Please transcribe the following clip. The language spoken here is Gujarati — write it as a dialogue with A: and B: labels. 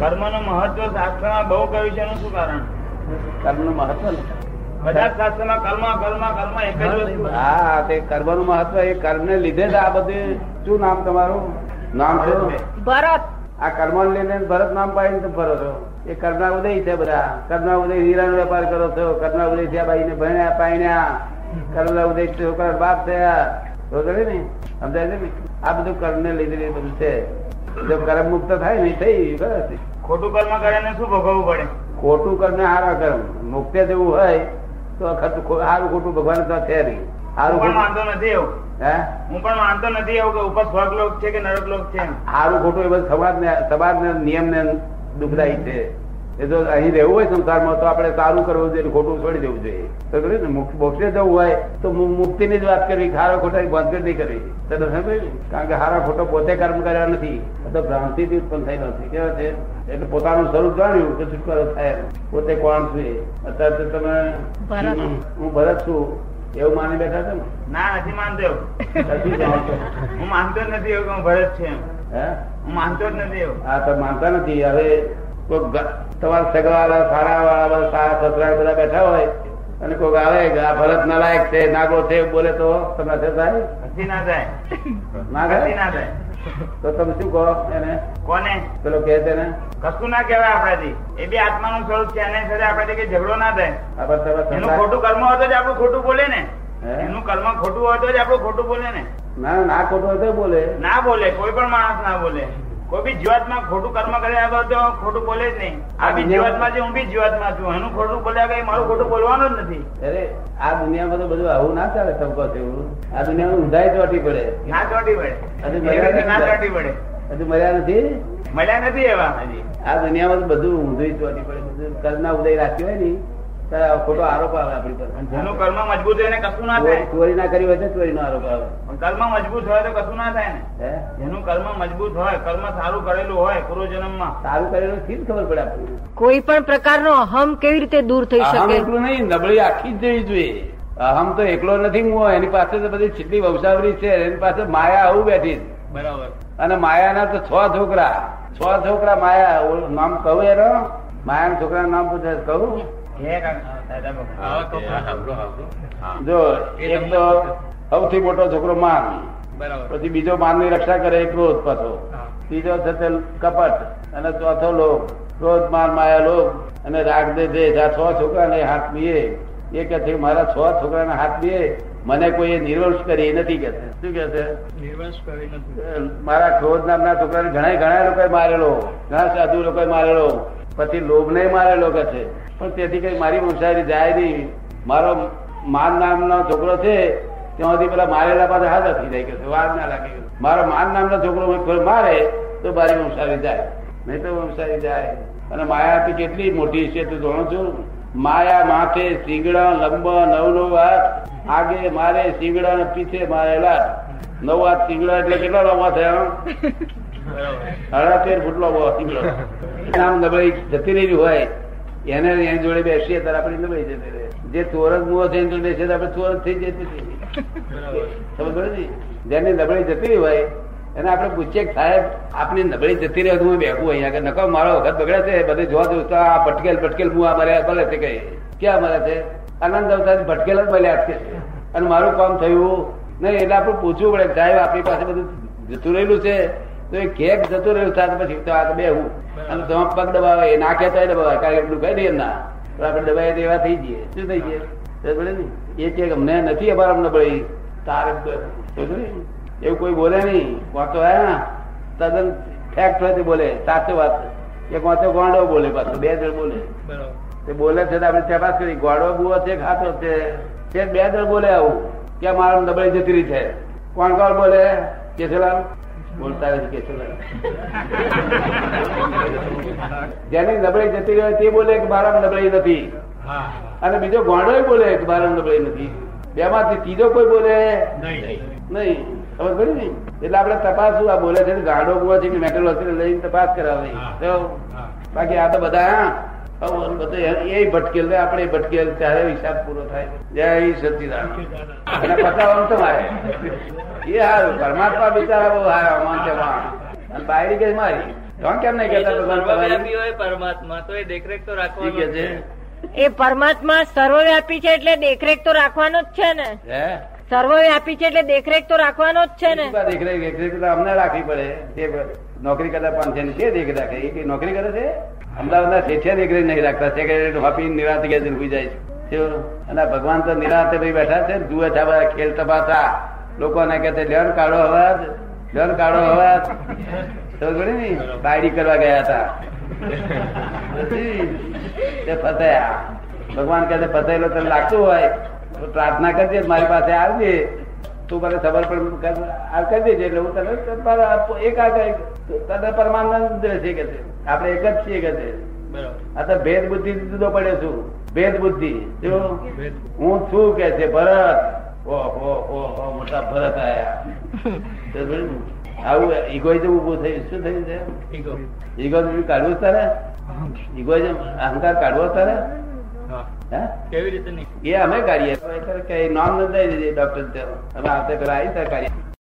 A: કર્મનું મહત્વ શાસ્ત્રમાં બહુ કહ્યું છે એનું શું કારણ
B: કર્મનું મહત્વ ને
A: બધા જ શાસ્ત્રમાં કર્મ કર્મ કર્મ એક જ વસ્તુ
B: હા તે કર્મનું મહત્વ એ કર્મને લીધે જ આ બધું શું નામ તમારું નામ શું
C: ભરત
B: આ કર્મને લઈને ભરત નામ પાડીને તમે ફરો છો એ કર્મના ઉદય છે બધા કર્મના ઉદય હીરાનો વેપાર કરો છો કર્મના ઉદય થયા ભાઈને ભણ્યા પાણ્યા કર્મના ઉદય છોકરા બાપ થયા બરોબર ને સમજાય છે ને આ બધું કર્મને લીધે એ બધું છે જો કર્મ મુક્ત થાય ને થઈ બસ
A: ખોટું કર્મ કરે ને શું ભોગવવું પડે
B: ખોટું કરને હારા કર્મ મુક્તે જવું હોય તો ખરું ખો- હારું ખોટું ભગવાન તો છે નહીં
A: હું
B: હારું
A: પણ
B: ખોટું
A: માનતો નથી એવું
B: હે
A: હું પણ માનતો નથી એવું કે ઉપર સ્વર્ગલોક છે કે નરકલોક છે એમ.
B: હારું ખોટું એ બધું સમાજને સમાજને નિયમને દુઃખદાયી છે એ જો અહીં રહેવું હોય સંસારમાં તો આપણે સારું કરવું જોઈએ ને ખોટું છોડી દેવું જોઈએ તો ખરું ને મુક- મોક્ષે જવું હોય તો મુ- મુક્તિની જ વાત કરવી કે હારા ખોટાની ભાનગડ નહીં કરવી તો તમે સમજો ને? કારણ કે હારા ખોટો પોતે કર્મ કર્યા નથી આ તો ભ્રાંતિથી ઉત્પન્ન થયેલો છે કેવા છે એટલે પોતાનું સ્વરૂપ જાણ્યું તો છુટકારો થાય પોતે કોણ છે અત્યારે તો તમે
C: ભરત.
B: હું ભરત છું એવું માની બેઠા છે ને
A: ના નથી માનતો એવું
B: કશું જાણો છો?
A: હું માનતો જ નથી એવું કે હું ભરત છે એમ
B: હે
A: હું માનતો જ નથી એવું
B: આ તો માનતા નથી હવે કોઈક ગ- તમારા સગાવાળા સારા વાળા સારા સસરા બધા બેઠા હોય અને કોઈક આવે કે આ ભરત નાલાયક છે નાગો છે એવું બોલે તો તમે અસર થાય
A: હસી ના જાય
B: ના
A: હસી
B: થાય
A: ના જાય
B: તો તમે શું કહો એને
A: કોને
B: પેલો કહે છે ને
A: કશું ના કહેવાય આપણાથી એ બી આત્માનું સ્વરૂપ છે એને સાથે આપણાથી કઈ ઝઘડો ના થાય
B: આપણે તમે
A: એનું
B: સંસાર-
A: ખોટું કર્મ હોય તો જ આપણું ખોટું બોલે ને
B: હે?
A: એનું કર્મ ખોટું હોય તો જ આપણું ખોટું બોલે ને
B: ના ના ખોટું હોય તો બોલે
A: ના બોલે કોઈ પણ માણસ ના બોલે કોઈ બી જીવાતમાં ખોટું કર્મ કર્યા વગર તો ખોટું બોલે જ નહીં આ બી જીવાતમાં છે હું બી જીવાતમાં છું એનું ખોટું બોલ્યા વગર એ મારું ખોટું બોલવાનું જ નથી
B: અરે આ દુનિયામાં તો બધું આવું ના ચાલે તમે કહો છો એવું આ દુનિયામાં ઊંધાઈ ચોટી પડે
A: ના ચોટી પડે
B: અરે
A: એવી રીતે ના
B: મર્યાદા
A: ચોટી પડે
B: હજુ મર્યા નથી
A: મળ્યા નથી એવા હજી
B: આ દુનિયામાં તો બધું ઊંધું ચોટી પડે બધું કરના ઉદય રાખ્યો હોય ને ત્યારે આ ખોટો આરોપ આવે આપણી પર
A: જેનું કર્મ મજબૂત હોય એને કશું ના થાય
B: ચોરી ચોરી ના કરી હોય તો ચોરીનો આરોપ આવે
A: પણ કર્મ મજબૂત હોય તો કશું ના થાય ને
B: હે
A: જેનું કર્મ મજબૂત હોય કર્મ સારું કરેલું હોય પૂર્વ જન્મમાં
B: સારું કરેલું થી જ ખબર પડે આપણને.
C: કોઈ પણ પ્રકારનો અહમ કેવી રીતે દૂર થઈ
B: અહમ
C: શકે
B: એકલું નહીં નબળી આખી જ જવી જોઈએ અહમ તો એકલો નથી હું એની પાસે તો બધી છેલ્લી વંશાવરી છે એની પાસે માયા આવું બેઠી છે.
A: બરાબર
B: અને માયાના તો છ છોકરા છ છોકરા માયા ઓલું નામ કહું એનો માયાના છોકરાનું નામ પૂછે છે, કહું
A: હે કાકા, દાદા ભગવાન.
B: જો એક તો સૌથી મોટો છોકરો માન પછી બીજો માનની રક્ષા કરે એ ક્રોધ પાછો ત્રીજો થશે કપટ અને ચોથો લોભ ક્રોધ માર માયા લોભ અને રાગ દે દ્વેષ. આ છ છોકરાને હાથ બીએ એ કહે છે કે મારા છ છોકરાને હાથ બીએ મને કોઈએ નિર્વંશ કરી નથી કે છે શું કે છે મારા ક્રોધ નામના છોકરાને ઘણા ઘણા લોકોએ મારેલો ઘણા સાધુ લોકોએ મારેલો પછી લોભને મારેલો કે છે પણ તેથી કઈ મારી મુસાફરી જાય નહીં મારો માન નામનો છોકરો છે ત્યાંથી પેલા મારેલા પાસે હાથ થઈ જાય કે છે વાર ના લાગે કે છે. મારો માન નામનો છોકરો મને કોઈ મારે તો મારી મુસાફરી જાય નહીં તો મુસાફરી જાય અને માયા તો કેટલી મોટી છે તું જાણો છું માયા માથે સિંગડા લંબ નવનો હાથ આગે મારે સિંગડા ને પીછે મારે લાથ નવ હાથ સિંગડા એટલે કેટલા લાંબા થયા સાડા તેર ફૂટ લાંબો સિંગડો આમ નબળી જતી રહેલી હોય એને એની જોડે બેસીએ ત્યારે આપણી નબળી જતી રહે જે ચોરસ મુવો છે એની જોડે બેસીએ તો આપણે ચોરસ થઈ જતી રહીએ. સમજ પડી ને? જેની નબળી જતી રહી હોય એને આપણે પૂછીએ કે સાહેબ આપની નબળી જતી રહે તો હું બેઠું અહીંયા કે નકો મારો વખત બગડે છે બધે જોવા જોતા આ ભટકેલ ભટકેલ હું આ મર્યા મળે છે કઈ ક્યાં મળે છે આનંદ અવતાર ભટકેલ જ મળ્યા છે અને મારું કામ થયું નહીં એટલે આપણે પૂછવું પડે કે સાહેબ આપણી પાસે બધું જતું રહેલું છે તો એ કેક જતું રહ્યું સાથે પછી તો આ તો બેહું અને તમે પગ દબાવે એ ના કહેતા દબાવે કારણ કે એટલું કહી દઈએ ના તો આપણે દબાઈ દેવા થઈ જઈએ શું થઈ જઈએ તો બોલે ને, એ કે અમને નથી અભાર અમને ભળી તારે તો સમજો ને? એવું કોઈ બોલે નહીં વાંચો હે ને તદ્દન ફેક્ટ હોય તે બોલે સાચો વાત એક વાંચો ગોંડો બોલે પાછો બે જણ બોલે તે બોલે છે તો આપણે તપાસ કરી ગોળો બુઓ છે ખાતો છે તે બે જણ બોલે આવું કે મારા નબળી જતી રહી છે કોણ કોણ બોલે કેશુલાલ બોલતા નથી કેશુલાલ જેની નબળી જતી રહી હોય તે બોલે કે મારા નબળી નથી અને બીજો ગોંડો બોલે કે મારા નબળી નથી બેમાંથી ત્રીજો કોઈ બોલે નહીં ખબર પડી ને એટલે આપણે તપાસવું આ બોલે છે ને ગાંડો બુઓ છે કે મેટલ હોસ્પિટલ લઈને તપાસ કરાવે તો બાકી આ તો બધા આવું બધું એ એ ભટકેલ ને આપણે ભટકેલ ત્યારે હિસાબ પૂરો થાય જય સચિદાન એને પતાવવાનું તમારે એ હારું પરમાત્મા બિચારા બહુ હારા અમાન તેમાં અને બાયડી કઈ મારી તો કેમ નહીં
D: એ
B: કહેતા
D: તો
B: ભગવાન તમારી?
D: સર્વવ્યાપી હોય પરમાત્મા તો એ દેખરેખ તો
B: ઈ
D: રાખવાનો
B: કે
D: જ
B: છે
D: છે.
C: એ પરમાત્મા સર્વવ્યાપી છે એટલે દેખરેખ તો રાખવાનો જ છે ને
B: હે
C: સર્વવ્યાપી છે એટલે દેખરેખ તો રાખવાનો જ છે ને
B: કેટલી વાર દેખરેખ દેખરેખ તો અમને રાખવી પડે તે નોકરી કરતા પણ છે ને તે દેખરેખ રાખે એ કઈ નોકરી કરે છે અમદાવાદના શેઠિયા દેખરેખ નહીં રાખતા સેક્રેટરી વાપી નિરાંત ગયા છે ને હુઈ જાય છે કેવું? અને આ ભગવાન તો નિરાંતે ભાઈ બેઠા છે ને જુએ છે બધા ખેલ તપાસા લોકોને કહે છે લેણ કાઢો અવાજ લેણ કાઢો અવાજ ખબર પડી ને બાયડી કરવા ગયા હતા પછી તે ફસાયા ભગવાન કહે છે ફસાયેલો તને લાગતું હોય તો પ્રાર્થના કરજે મારી પાસે આવજે તું મને ખબર પણ કર- આ કરી દેજે એટલે હું તને પર- આપું. એક આ કઈ તને પરમાનંદ છે કે છે. આપણે એક જ છીએ કે છે
D: બરાબર
B: આ તો ભેદ બુદ્ધિ જુદો પડે છું ભેદ બુદ્ધિ જો હું છું કે છે ભરત ઓહો ઓહો મોટા ભરત આયા આવું ઇગોઇઝમ ઉભું થયું શું થયું છે
D: ઠીક હો.
B: ઇગોઇઝમ કાઢવું છે તારે ઇગોઇઝમ અહંકાર કાઢવો તારે
D: હા.
B: હે
D: કેવી રીતે નહીં
B: એ અમે કાઢીએ તો એ કરે કે એ નામ નોંધાઈ દેજે ડોક્ટર અમે આવતે પેલા આવી તારે કાઢીએ